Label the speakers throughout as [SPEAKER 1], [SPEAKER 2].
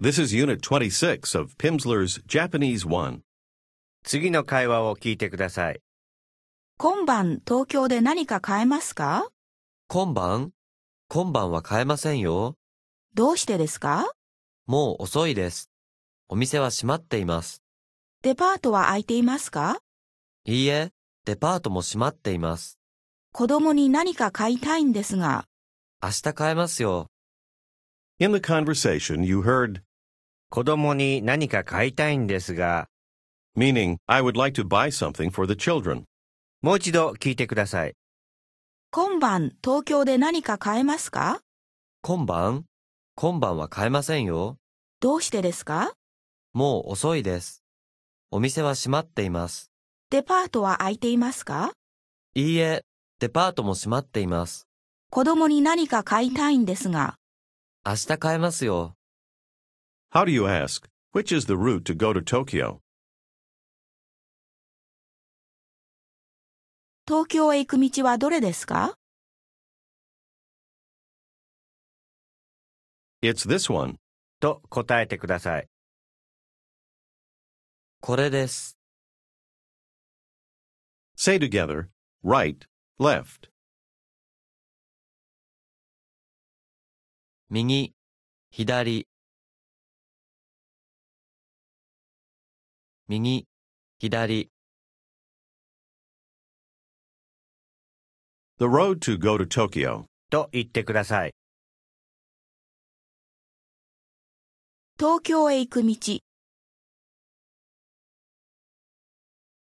[SPEAKER 1] This is Unit 26 of Pimsleur's Japanese 1.
[SPEAKER 2] 次の会話を聞いてください。
[SPEAKER 3] 今晩東京で何か買えますか
[SPEAKER 4] 今晩今晩は買えませんよ。
[SPEAKER 3] どうしてですか
[SPEAKER 4] もう遅いです。お店は閉まっています。
[SPEAKER 3] デパートは空いていますか
[SPEAKER 4] いいえ、デパートも閉まっています。
[SPEAKER 3] 子供に何か買いたいんですが、
[SPEAKER 4] 明日買えますよ。
[SPEAKER 1] In the conversation, you heard,
[SPEAKER 2] 子供に何か買いたいんですが、
[SPEAKER 1] meaning, I would like to buy something for the children.
[SPEAKER 2] もう一度聞いてください。
[SPEAKER 3] 今晩東京で何か買えますか
[SPEAKER 4] 今晩今晩は買えませんよ。
[SPEAKER 3] どうしてですか
[SPEAKER 4] もう遅いです。お店は閉まっています。
[SPEAKER 3] デパートは空いていますか
[SPEAKER 4] いいえ、デパートも閉まっています。
[SPEAKER 3] 子供に何か買いたいんですが、
[SPEAKER 4] 明日買えますよ。
[SPEAKER 1] How do you ask, which is the route to go to Tokyo?
[SPEAKER 3] 東京へ行く道はどれですか
[SPEAKER 1] It's this one.
[SPEAKER 2] と答えてください。
[SPEAKER 4] これです。
[SPEAKER 1] Say together, right, left,
[SPEAKER 4] 右、左。右、左。
[SPEAKER 1] the road to go to Tokyo.
[SPEAKER 2] と言ってください。
[SPEAKER 3] 東京へ行く道、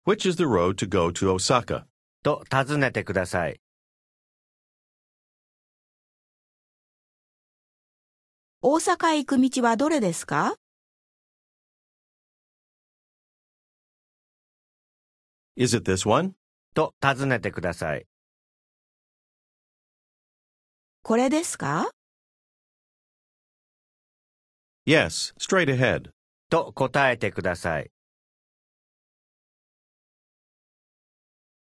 [SPEAKER 1] Which is the road to go to Osaka?
[SPEAKER 2] と尋ねてください。
[SPEAKER 3] 大阪へ行く道はどれですか
[SPEAKER 1] Is it this one?
[SPEAKER 2] と尋ねてください。
[SPEAKER 3] これですか
[SPEAKER 1] Yes, straight ahead.
[SPEAKER 2] と答えてください。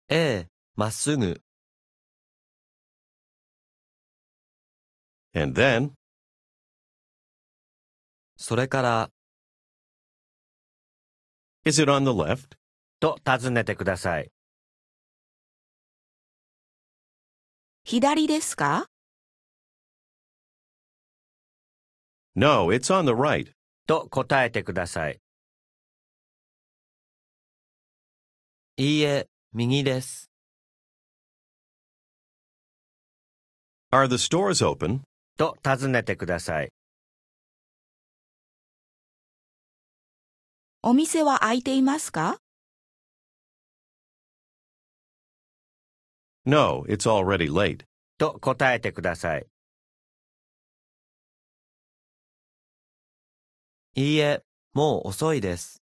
[SPEAKER 4] ええ、まっすぐ。
[SPEAKER 1] And then,
[SPEAKER 4] それから、
[SPEAKER 1] is it on the left?
[SPEAKER 2] と尋ねてください。
[SPEAKER 3] 左ですか
[SPEAKER 1] No, it's on the right.
[SPEAKER 2] と答えてください。
[SPEAKER 4] いいえ、右です。
[SPEAKER 1] Are the stores open?
[SPEAKER 2] と尋ねてください。
[SPEAKER 3] お店は空いていますか
[SPEAKER 1] No, it's already late.
[SPEAKER 2] と答えてください。
[SPEAKER 4] いいえ、もう遅いです。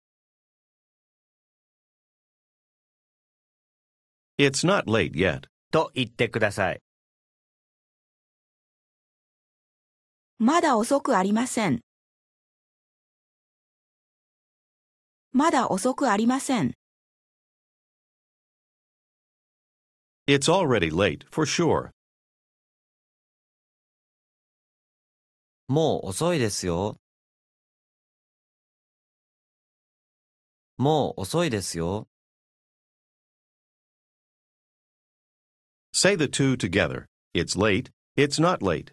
[SPEAKER 1] It's not late yet.
[SPEAKER 2] と言ってください。
[SPEAKER 3] まだ遅くありません。まだ遅くありません。
[SPEAKER 1] It's already late, for sure.
[SPEAKER 4] もう遅いですよ。もう遅いですよ。
[SPEAKER 1] Say the two together. It's late, it's not late.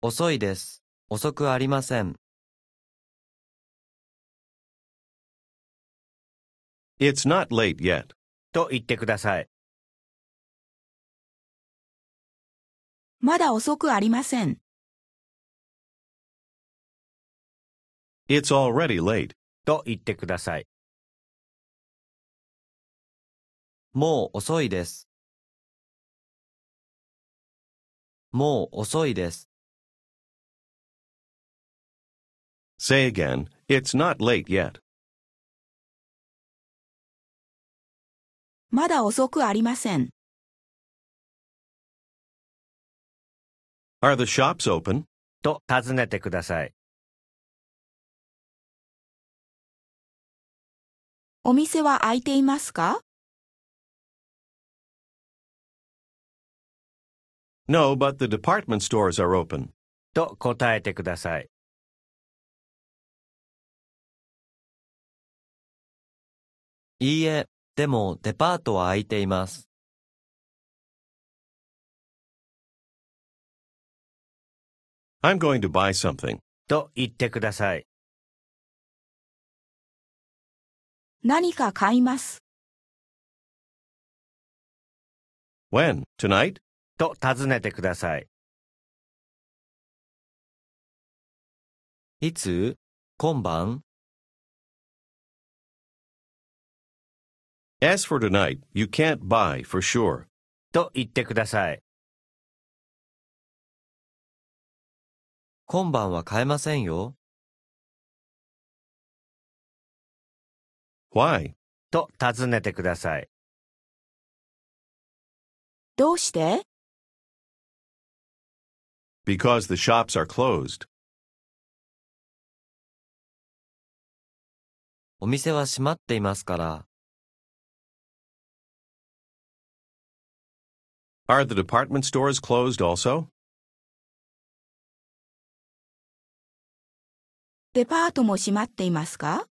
[SPEAKER 4] 遅いです。遅くありません。
[SPEAKER 1] It's not late yet.
[SPEAKER 2] と言ってください。
[SPEAKER 3] まだ遅くありません。
[SPEAKER 1] It's already late.
[SPEAKER 2] と言ってください。
[SPEAKER 4] もう遅いです。もう遅いです。
[SPEAKER 1] Say again, it's not late yet.
[SPEAKER 3] まだ遅くありません。
[SPEAKER 1] Are the shops open?
[SPEAKER 2] と尋ねてください。
[SPEAKER 3] お店は空いていますか
[SPEAKER 1] No, but the department stores are open.
[SPEAKER 2] と答えてください。
[SPEAKER 4] いいえ、でもデパートは開いています。
[SPEAKER 1] I'm going to buy something.
[SPEAKER 2] と言ってください。
[SPEAKER 3] 何か買います。
[SPEAKER 1] When? Tonight?
[SPEAKER 2] と尋ねてください。
[SPEAKER 4] いつ今晩
[SPEAKER 1] As for tonight, you can't buy for sure.
[SPEAKER 2] と言ってください。
[SPEAKER 4] 今晩は買えませんよ。
[SPEAKER 1] Why?
[SPEAKER 2] と尋ねてください。
[SPEAKER 3] どうして
[SPEAKER 1] Because the shops are closed.
[SPEAKER 4] お店は閉まっていますから。
[SPEAKER 1] Are the department stores closed also?
[SPEAKER 3] デパートも閉まっていますか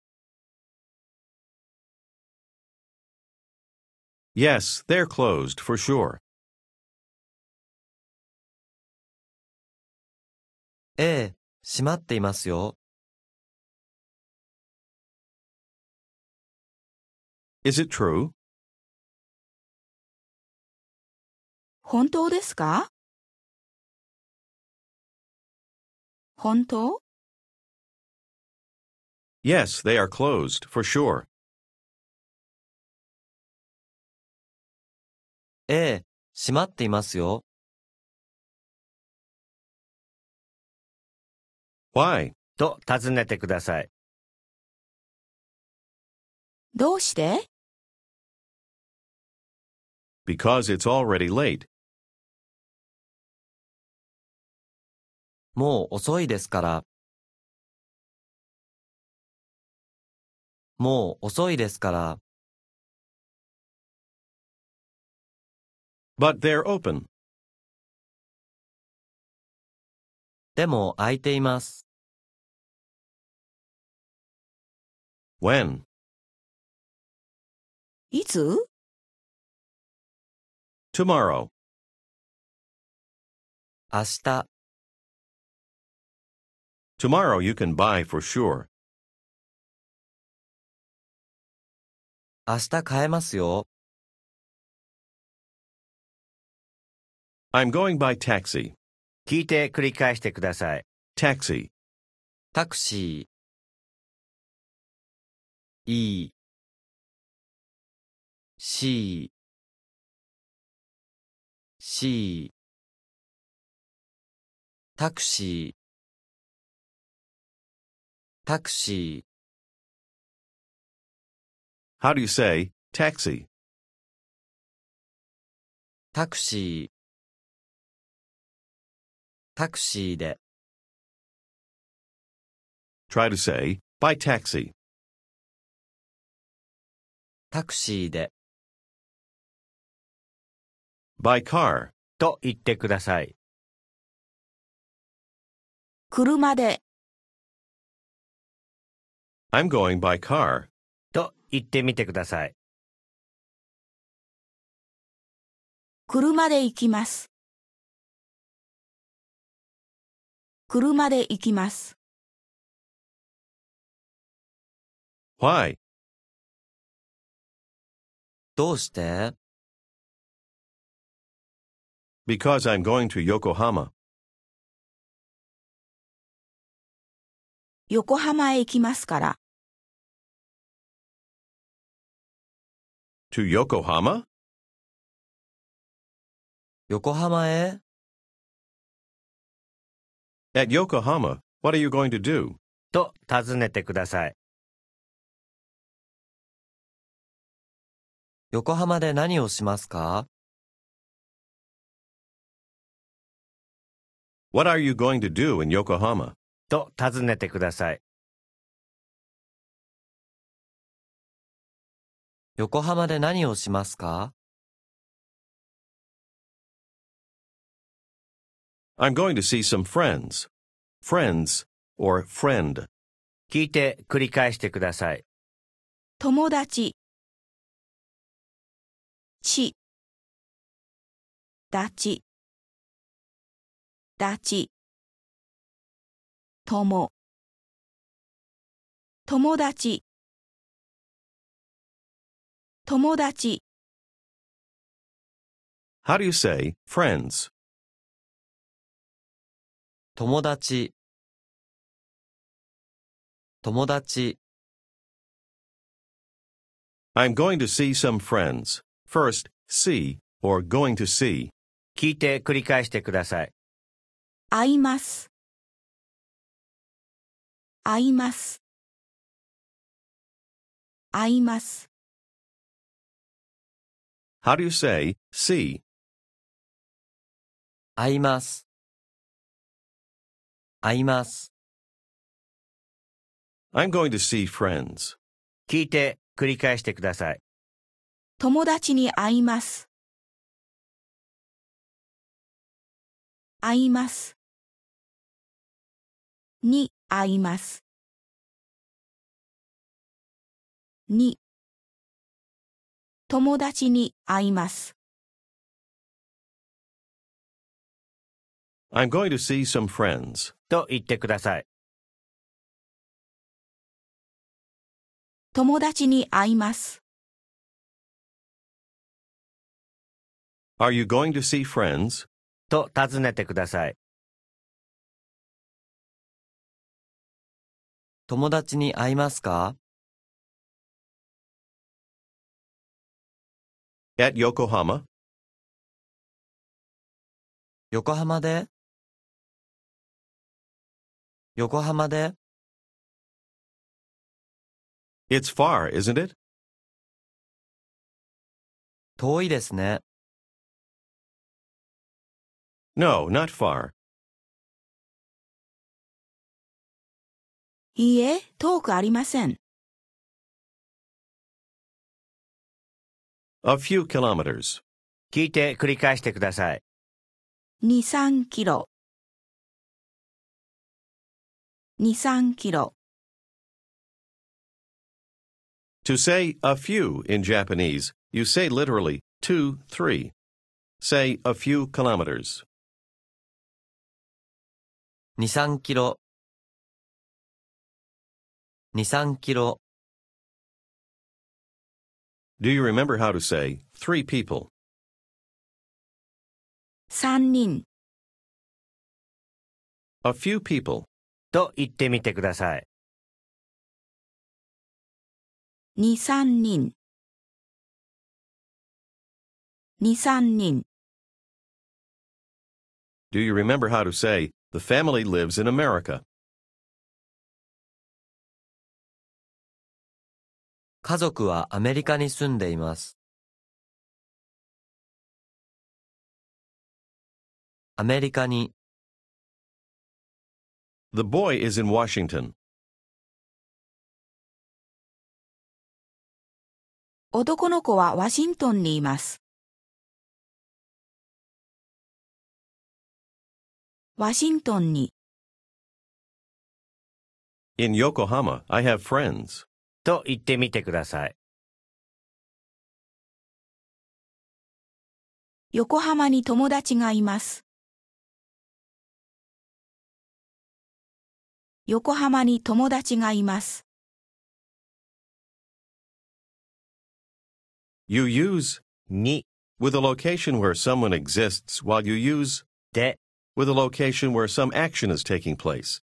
[SPEAKER 1] Yes, they're closed for sure.
[SPEAKER 4] ええ、閉まっていますよ。
[SPEAKER 1] Is it true?
[SPEAKER 3] 本当ですか本当
[SPEAKER 1] Yes, they are closed for sure.
[SPEAKER 4] ええ、閉まっていますよ。
[SPEAKER 1] Why?
[SPEAKER 2] と尋ねてください。
[SPEAKER 3] どうして、
[SPEAKER 1] Because it's already late.
[SPEAKER 4] もう遅いですから。もう遅いですから。
[SPEAKER 1] But they're open.
[SPEAKER 4] でも開いています。
[SPEAKER 1] When?
[SPEAKER 3] いつ
[SPEAKER 1] Tomorrow.
[SPEAKER 4] 明日、
[SPEAKER 1] Tomorrow you can buy for sure.
[SPEAKER 4] 明日買えますよ。
[SPEAKER 1] I'm going by taxi.
[SPEAKER 2] 聞いて繰り返してください。
[SPEAKER 1] Taxi.
[SPEAKER 4] タクシー。いい。し、し、タクシー。タクシー。
[SPEAKER 1] How do you say taxi?
[SPEAKER 4] タクシー。タクシーで。
[SPEAKER 1] Try to say by taxi.
[SPEAKER 4] タクシーで。
[SPEAKER 1] By car.
[SPEAKER 2] と言ってください。
[SPEAKER 3] 車で、
[SPEAKER 1] I'm going by car.
[SPEAKER 2] と言ってみてください。
[SPEAKER 3] 車で行きます。車で行きます。
[SPEAKER 1] Why?
[SPEAKER 4] どうして
[SPEAKER 1] Because I'm going to Yokohama.
[SPEAKER 3] 横浜へ行きますから。
[SPEAKER 1] To Yokohama?
[SPEAKER 4] 横浜へ
[SPEAKER 1] At Yokohama, what are you going to do?
[SPEAKER 2] と尋ねてください。
[SPEAKER 4] 横浜で何をしますか
[SPEAKER 1] What are you going to do in Yokohama?
[SPEAKER 2] と尋ねてください。
[SPEAKER 4] 横浜で何をしますか
[SPEAKER 1] I'm going to see some friends. Friends or friend.
[SPEAKER 2] 聞いて繰り返してください。
[SPEAKER 3] 友達。ち。だち。だち。とも。友達。友達。
[SPEAKER 1] How do you say friends?
[SPEAKER 4] 友達友達
[SPEAKER 1] I'm going to see some friends. First, see or going to see.
[SPEAKER 2] 聞いて繰り返してください。
[SPEAKER 3] 会います。会います。会います。
[SPEAKER 1] How do you say see?
[SPEAKER 4] 会います会います
[SPEAKER 1] I'm going to see friends.
[SPEAKER 2] 聞いて繰り返してください。
[SPEAKER 3] 友達に会います。会います。に会います。に友達に会います。
[SPEAKER 1] I'm going to see some friends.
[SPEAKER 2] と言ってください。
[SPEAKER 3] 友達に会います。
[SPEAKER 1] Are you going to see friends?
[SPEAKER 2] と尋ねてください。
[SPEAKER 4] 友達に会いますか
[SPEAKER 1] At Yokohama?
[SPEAKER 4] 横浜で横浜で
[SPEAKER 1] It's far, isn't it?
[SPEAKER 4] 遠いですね
[SPEAKER 1] No, not far.
[SPEAKER 3] いいえ、遠くありません。
[SPEAKER 1] A few kilometers.
[SPEAKER 2] 聞いて繰り返してください。
[SPEAKER 3] 2、3キロ。2、3キロ。
[SPEAKER 1] To say a few in Japanese, you say literally two, three. Say a few kilometers.
[SPEAKER 4] 23キロ23キロ
[SPEAKER 1] Do you remember how to say three people?
[SPEAKER 3] 3人。
[SPEAKER 1] A few people.
[SPEAKER 2] と言ってみてください。
[SPEAKER 3] 2、3人。2、3人。
[SPEAKER 1] Do you remember how to say the family lives in America?
[SPEAKER 4] 家族はアメリカに住んでいますアメリカに
[SPEAKER 1] The boy is in Washington.
[SPEAKER 3] 男の子はワシントンにいます。ワシントンに、
[SPEAKER 1] In Yokohama, I have friends.
[SPEAKER 2] と言ってみてください。
[SPEAKER 3] 横浜に友達がいます。横浜に友達がいます。
[SPEAKER 1] You use
[SPEAKER 2] に、
[SPEAKER 1] with a location where someone exists while you use
[SPEAKER 2] で、
[SPEAKER 1] with a location where some action is taking place.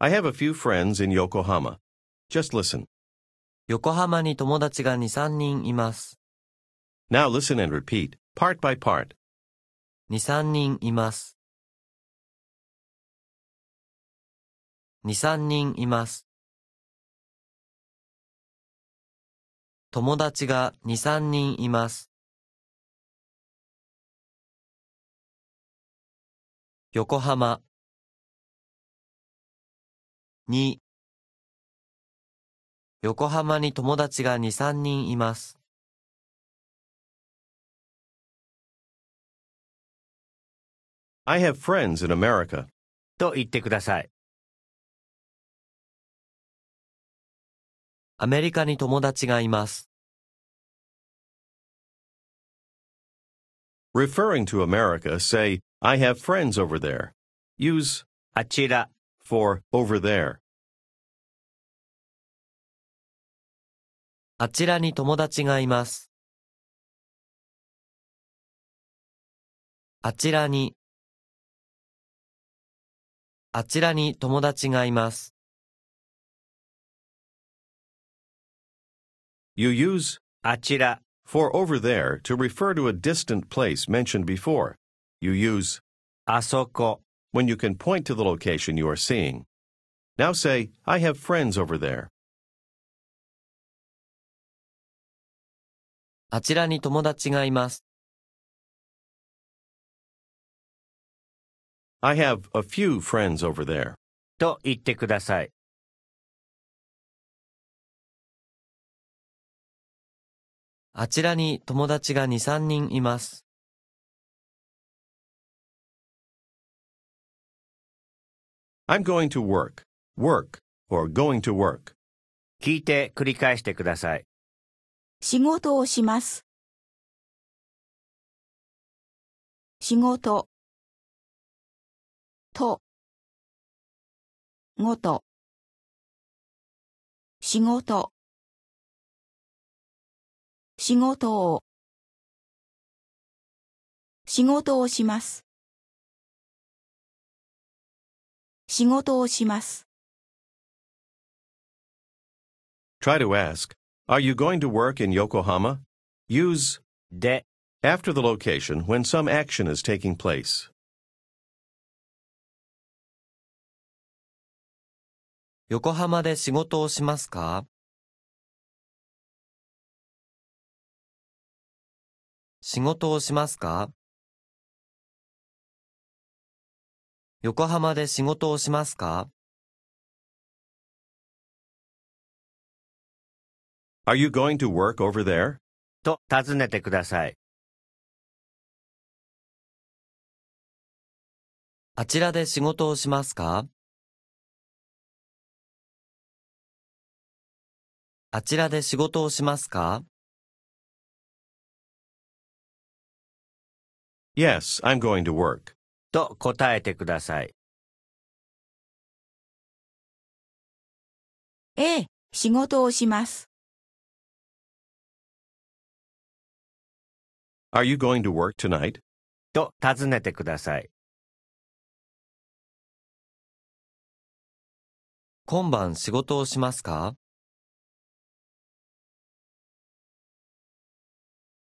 [SPEAKER 1] I have a few friends in Yokohama. Just listen.
[SPEAKER 4] 横浜に友達が2、3人います。
[SPEAKER 1] Now listen and repeat, part by part.
[SPEAKER 4] 2、3人います。2、3人います。友達が2、3人います。横浜に横浜に友達が2、3人います。
[SPEAKER 1] I have friends in America.
[SPEAKER 2] と言ってください。
[SPEAKER 4] アメリカに友達がいます。
[SPEAKER 1] Referring to America, say, I have friends over there. Use
[SPEAKER 2] あちら、
[SPEAKER 1] for over there.
[SPEAKER 4] あちらに友達がいます。あちらに。あちらに友達がいます。
[SPEAKER 1] You use
[SPEAKER 2] あちら、
[SPEAKER 1] for over there to refer to a distant place mentioned before. You use
[SPEAKER 2] あそこ、
[SPEAKER 1] when you can point to the location you are seeing. Now say, I have friends over there.
[SPEAKER 4] あちらに友達がいます。
[SPEAKER 1] I have a few friends over there.
[SPEAKER 2] と言ってください。
[SPEAKER 4] あちらに友達が2、3人います。
[SPEAKER 1] I'm going to work, work, or going to work.
[SPEAKER 2] 聞いて繰り返してください。
[SPEAKER 3] 仕事をします。仕事とごと仕事仕事を仕事をします。仕事をします。
[SPEAKER 1] Try to ask, Are you going to work in Yokohama? Use
[SPEAKER 2] で、
[SPEAKER 1] after the location when some action is taking place.
[SPEAKER 4] 横浜で仕事をしますか仕事をしますか横浜で仕事をしますか
[SPEAKER 1] Are you going to work over there?
[SPEAKER 2] と尋ねてください。
[SPEAKER 4] あちらで仕事をしますかあちらで仕事をしますか
[SPEAKER 1] Yes, I'm going to work.
[SPEAKER 2] と答えてください。
[SPEAKER 3] ええ、仕事をします。
[SPEAKER 1] Are you going to work tonight?
[SPEAKER 2] と尋ねてください。
[SPEAKER 4] 今晩仕事をしますか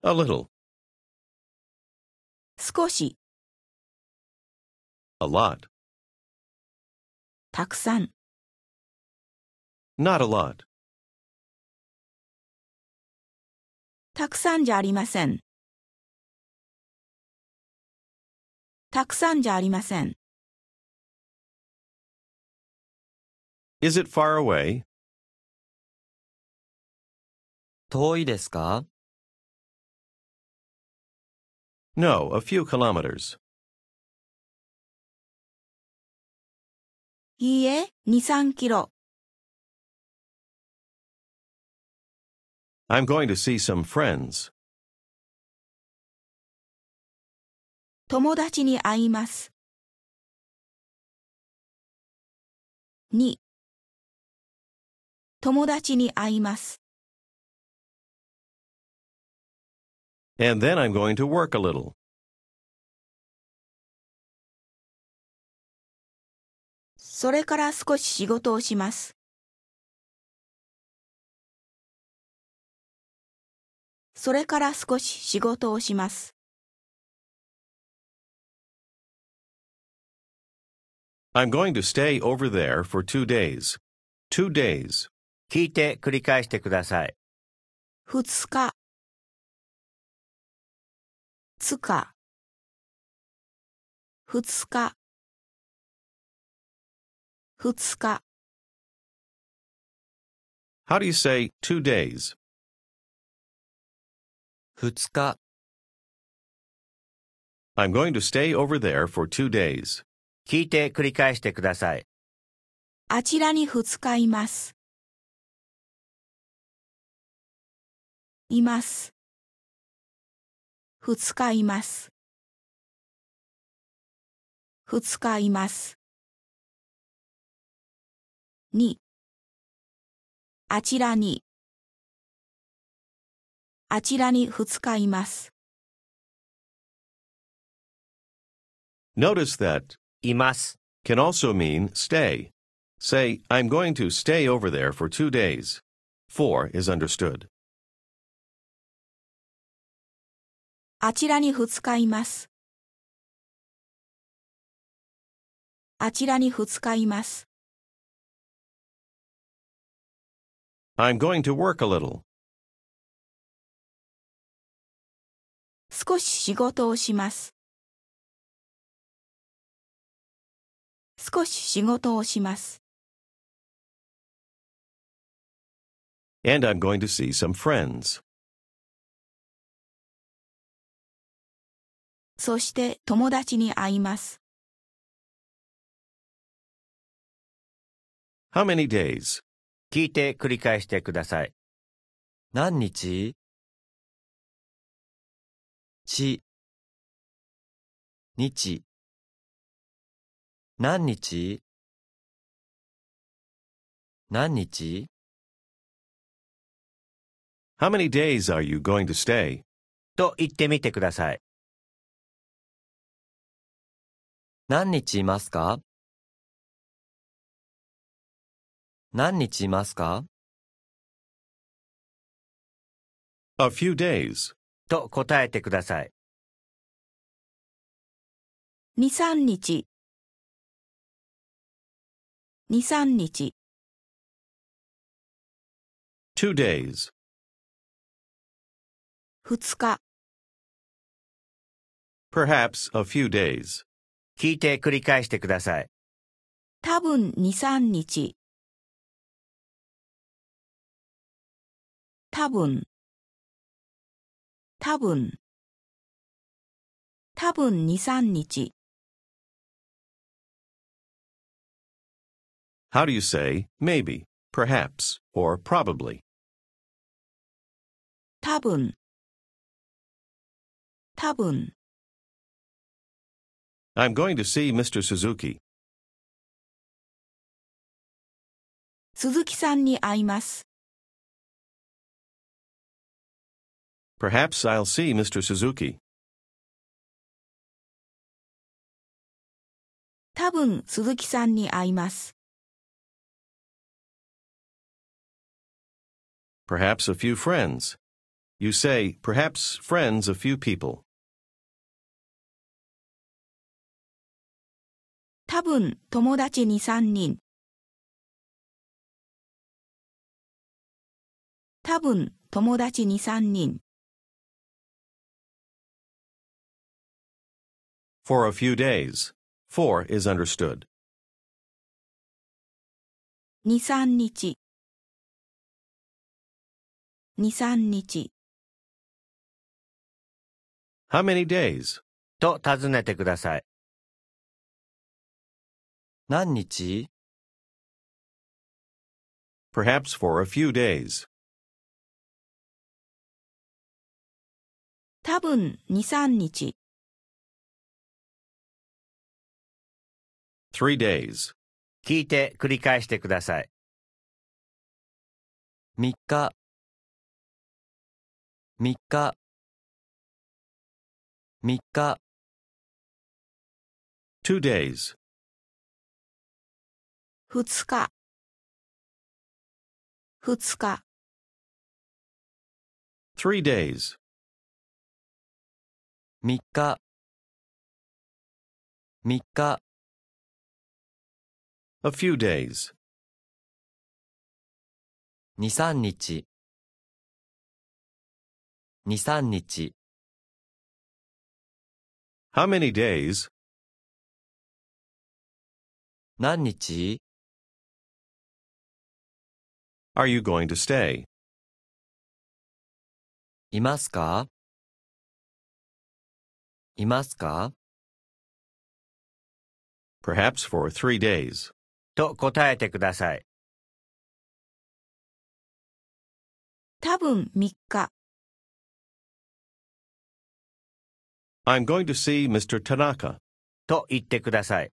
[SPEAKER 1] A little,
[SPEAKER 3] 少し
[SPEAKER 1] a lot,
[SPEAKER 3] たくさん
[SPEAKER 1] not a lot.
[SPEAKER 3] たくさんじゃありません。たくさんじゃありません。
[SPEAKER 1] Is it far away?
[SPEAKER 4] 遠いですか
[SPEAKER 1] No, a few kilometers.
[SPEAKER 3] いいえ、2、3キロ。
[SPEAKER 1] I'm going to see some friends.
[SPEAKER 3] 友達に会います。2友達に会います。
[SPEAKER 1] And then I'm going to work a little.
[SPEAKER 3] それから少し仕事をします。それから少し仕事をします。
[SPEAKER 1] I'm going to stay over there for two days. Two days.
[SPEAKER 2] 聞いて繰り返してください。
[SPEAKER 3] 2日つか2日2日
[SPEAKER 1] How do you say two days?
[SPEAKER 4] 2日、
[SPEAKER 1] I'm going to stay over there for two days.
[SPEAKER 2] 聞いて繰り返してください。
[SPEAKER 3] あちらに2日います。います。2日います。2日います。に。あちらに。あちらに2日います。
[SPEAKER 1] Notice that
[SPEAKER 2] います。
[SPEAKER 1] can also mean stay. Say, I'm going to stay over there for two days. For is understood.
[SPEAKER 3] あちらに2日います。あちらに2日います。
[SPEAKER 1] I'm going to work a little.
[SPEAKER 3] 少し仕事をします。少し仕事をします。
[SPEAKER 1] And I'm going to see some friends.
[SPEAKER 3] そして友達に会います。
[SPEAKER 1] How many days?
[SPEAKER 2] 聞いて繰り返してください。
[SPEAKER 4] 何日ち日何日何日
[SPEAKER 1] How many days are you going to stay?
[SPEAKER 2] と言ってみてください。
[SPEAKER 4] 何日いますか何日いますか
[SPEAKER 1] A few days.
[SPEAKER 2] と答えてください。
[SPEAKER 3] 2、3日。2、3日。
[SPEAKER 1] Two days.
[SPEAKER 3] 2日。
[SPEAKER 1] Perhaps a few days.
[SPEAKER 2] 聞いて繰り返してください。
[SPEAKER 3] 多分2、3日。多分。多分。多分2、3日。
[SPEAKER 1] How do you say maybe, perhaps, or probably?
[SPEAKER 3] 多分多分
[SPEAKER 1] I'm going to see Mr. Suzuki.
[SPEAKER 3] 鈴木さんに会います。
[SPEAKER 1] Perhaps I'll see Mr. Suzuki.
[SPEAKER 3] 多分鈴木さんに会います。
[SPEAKER 1] Perhaps a few friends. You say, perhaps friends a few people.
[SPEAKER 3] 多分友達に3人。多分友達に3人。
[SPEAKER 1] For a few days. For is understood.
[SPEAKER 3] 2、3日。2、3日。
[SPEAKER 1] How many days?
[SPEAKER 2] と尋ねてください。
[SPEAKER 4] 何日
[SPEAKER 1] Perhaps for a few days.
[SPEAKER 3] 多分2、3日。
[SPEAKER 1] Three days.
[SPEAKER 2] 聞いて繰り返してください。
[SPEAKER 4] 3日3日3日
[SPEAKER 1] Two days.
[SPEAKER 3] 2日。2日。
[SPEAKER 1] Three days.
[SPEAKER 4] 3日3日
[SPEAKER 1] A few days.
[SPEAKER 4] 23日23日
[SPEAKER 1] How many days?
[SPEAKER 4] 何日
[SPEAKER 1] Are you going to stay?
[SPEAKER 4] いますかいますか
[SPEAKER 1] perhaps for three days.
[SPEAKER 2] と答えてください。
[SPEAKER 3] 多分3日。
[SPEAKER 1] I'm going to see Mr. Tanaka.
[SPEAKER 2] と言ってください。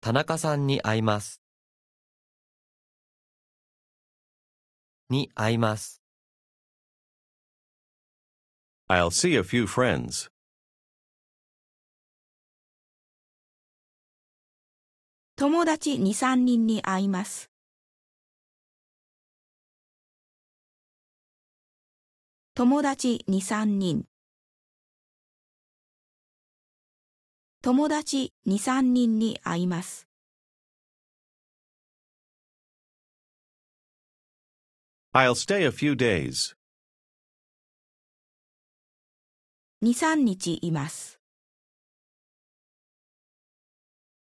[SPEAKER 4] 田中さんに会います。に会います。
[SPEAKER 1] I'll see a few friends.
[SPEAKER 3] 友達2、3人に会います。友達2、3人。友達2、3人に会います。
[SPEAKER 1] I'll stay a few days.
[SPEAKER 3] 2、3日います。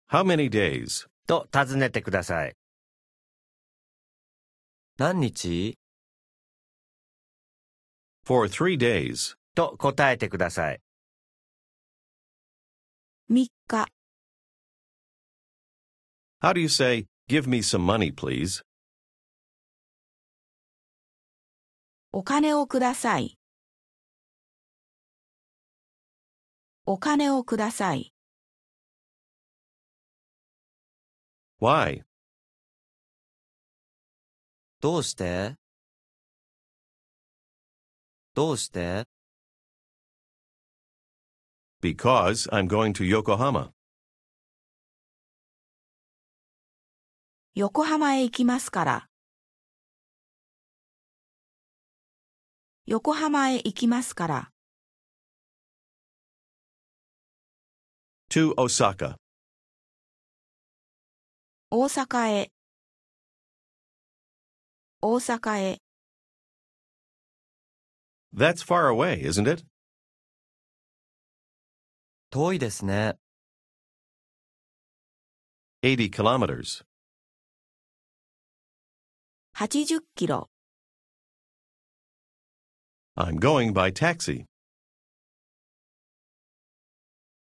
[SPEAKER 1] How many days?
[SPEAKER 2] と尋ねてください。
[SPEAKER 4] 何日
[SPEAKER 1] For three days.
[SPEAKER 2] と答えてください。
[SPEAKER 3] 3日。
[SPEAKER 1] How do you say, give me some money, please?
[SPEAKER 3] お金をください。お金をください。
[SPEAKER 1] Why?
[SPEAKER 4] どうしてどうして
[SPEAKER 1] Because I'm going to Yokohama.
[SPEAKER 3] 横浜へ行きますから。横浜へ行きますから。
[SPEAKER 1] To Osaka.
[SPEAKER 3] 大阪へ。大阪へ。
[SPEAKER 1] That's far away, isn't it?
[SPEAKER 4] 遠いですね。
[SPEAKER 1] 80 kilometers.
[SPEAKER 3] 80キロ。
[SPEAKER 1] I'm going by taxi.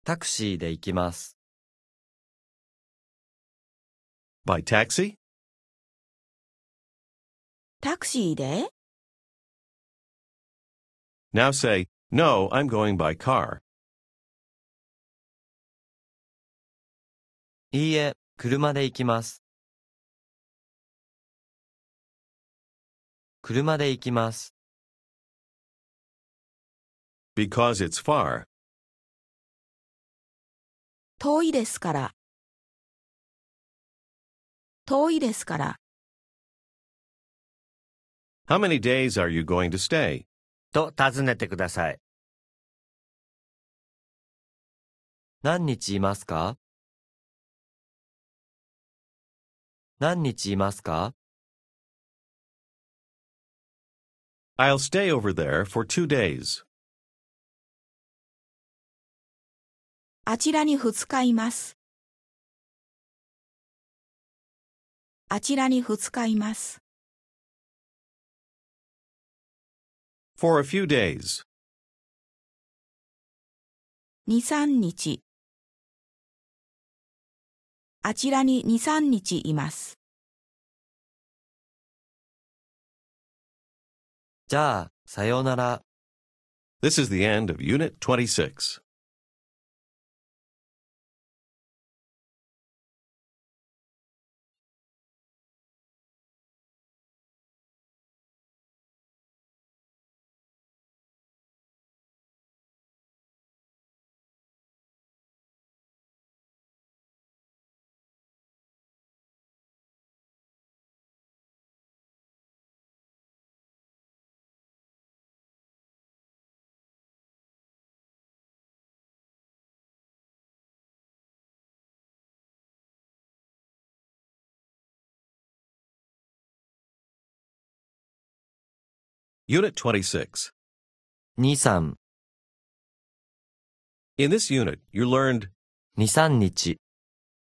[SPEAKER 4] タクシーで行きます。
[SPEAKER 1] By taxi?
[SPEAKER 3] タクシーで
[SPEAKER 1] Now say, no, I'm going by car.
[SPEAKER 4] いいえ、車で行きます。車で行きます。
[SPEAKER 1] Because it's far.
[SPEAKER 3] 遠いですから。遠いですから。
[SPEAKER 1] How many days are you going to stay?
[SPEAKER 2] と尋ねてください。
[SPEAKER 4] 何日いますか何日いますか
[SPEAKER 1] I'll stay over there for two days.
[SPEAKER 3] あちらに2日います。あちらに2日います。
[SPEAKER 1] For a few days.
[SPEAKER 3] 2、3日。あちらに2、3日います。
[SPEAKER 4] じゃあ、さようなら。
[SPEAKER 1] This is the end of Unit 26. Unit 26.
[SPEAKER 4] 23、
[SPEAKER 1] In this unit, you learned
[SPEAKER 4] 23日、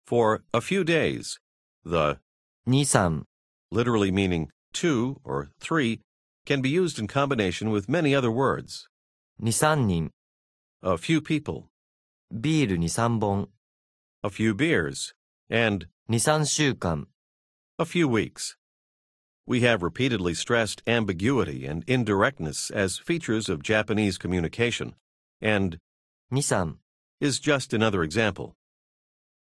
[SPEAKER 1] for a few days the
[SPEAKER 4] 23。
[SPEAKER 1] literally meaning two or three can be used in combination with many other words.
[SPEAKER 4] 2、3人、
[SPEAKER 1] A few people,
[SPEAKER 4] ビール2、3本、
[SPEAKER 1] a few beers, and
[SPEAKER 4] 2、3週間、
[SPEAKER 1] a few weeks. We have repeatedly stressed ambiguity and indirectness as features of Japanese communication, and
[SPEAKER 4] 2、3、
[SPEAKER 1] is just another example.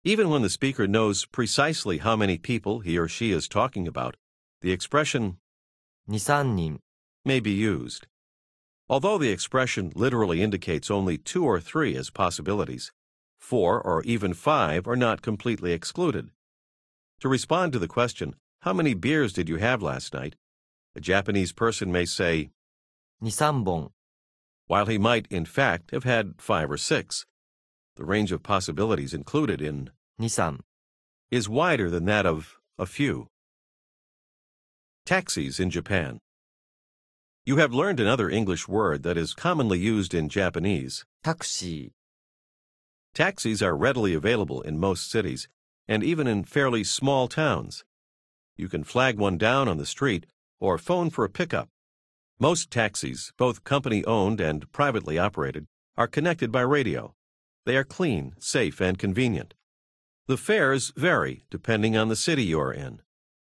[SPEAKER 1] Even when the speaker knows precisely how many people he or she is talking about, the expression
[SPEAKER 4] 2、3人、
[SPEAKER 1] may be used. Although the expression literally indicates only two or three as possibilities, four or even five are not completely excluded. To respond to the question, How many beers did you have last night? a Japanese person may say,
[SPEAKER 4] 2、3本、
[SPEAKER 1] while he might, in fact, have had five or six. The range of possibilities included in
[SPEAKER 4] 2、3。
[SPEAKER 1] is wider than that of a few. Taxis in Japan. You have learned another English word that is commonly used in Japanese.
[SPEAKER 4] タクシ
[SPEAKER 1] Taxis are readily available in most cities and even in fairly small towns. You can flag one down on the street or phone for a pickup. Most taxis, both company owned and privately operated, are connected by radio. They are clean, safe, and convenient. The fares vary depending on the city you are in.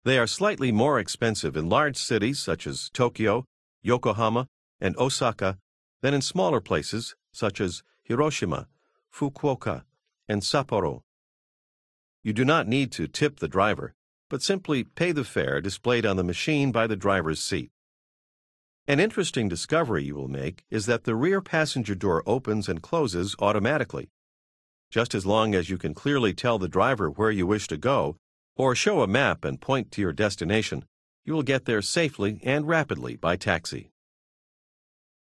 [SPEAKER 1] They are slightly more expensive in large cities such as Tokyo, Yokohama, and Osaka than in smaller places such as Hiroshima, Fukuoka, and Sapporo. You do not need to tip the driver, but simply pay the fare displayed on the machine by the driver's seat. An interesting discovery you will make is that the rear passenger door opens and closes automatically. Just as long as you can clearly tell the driver where you wish to go, or show a map and point to your destination, you will get there safely and rapidly by taxi.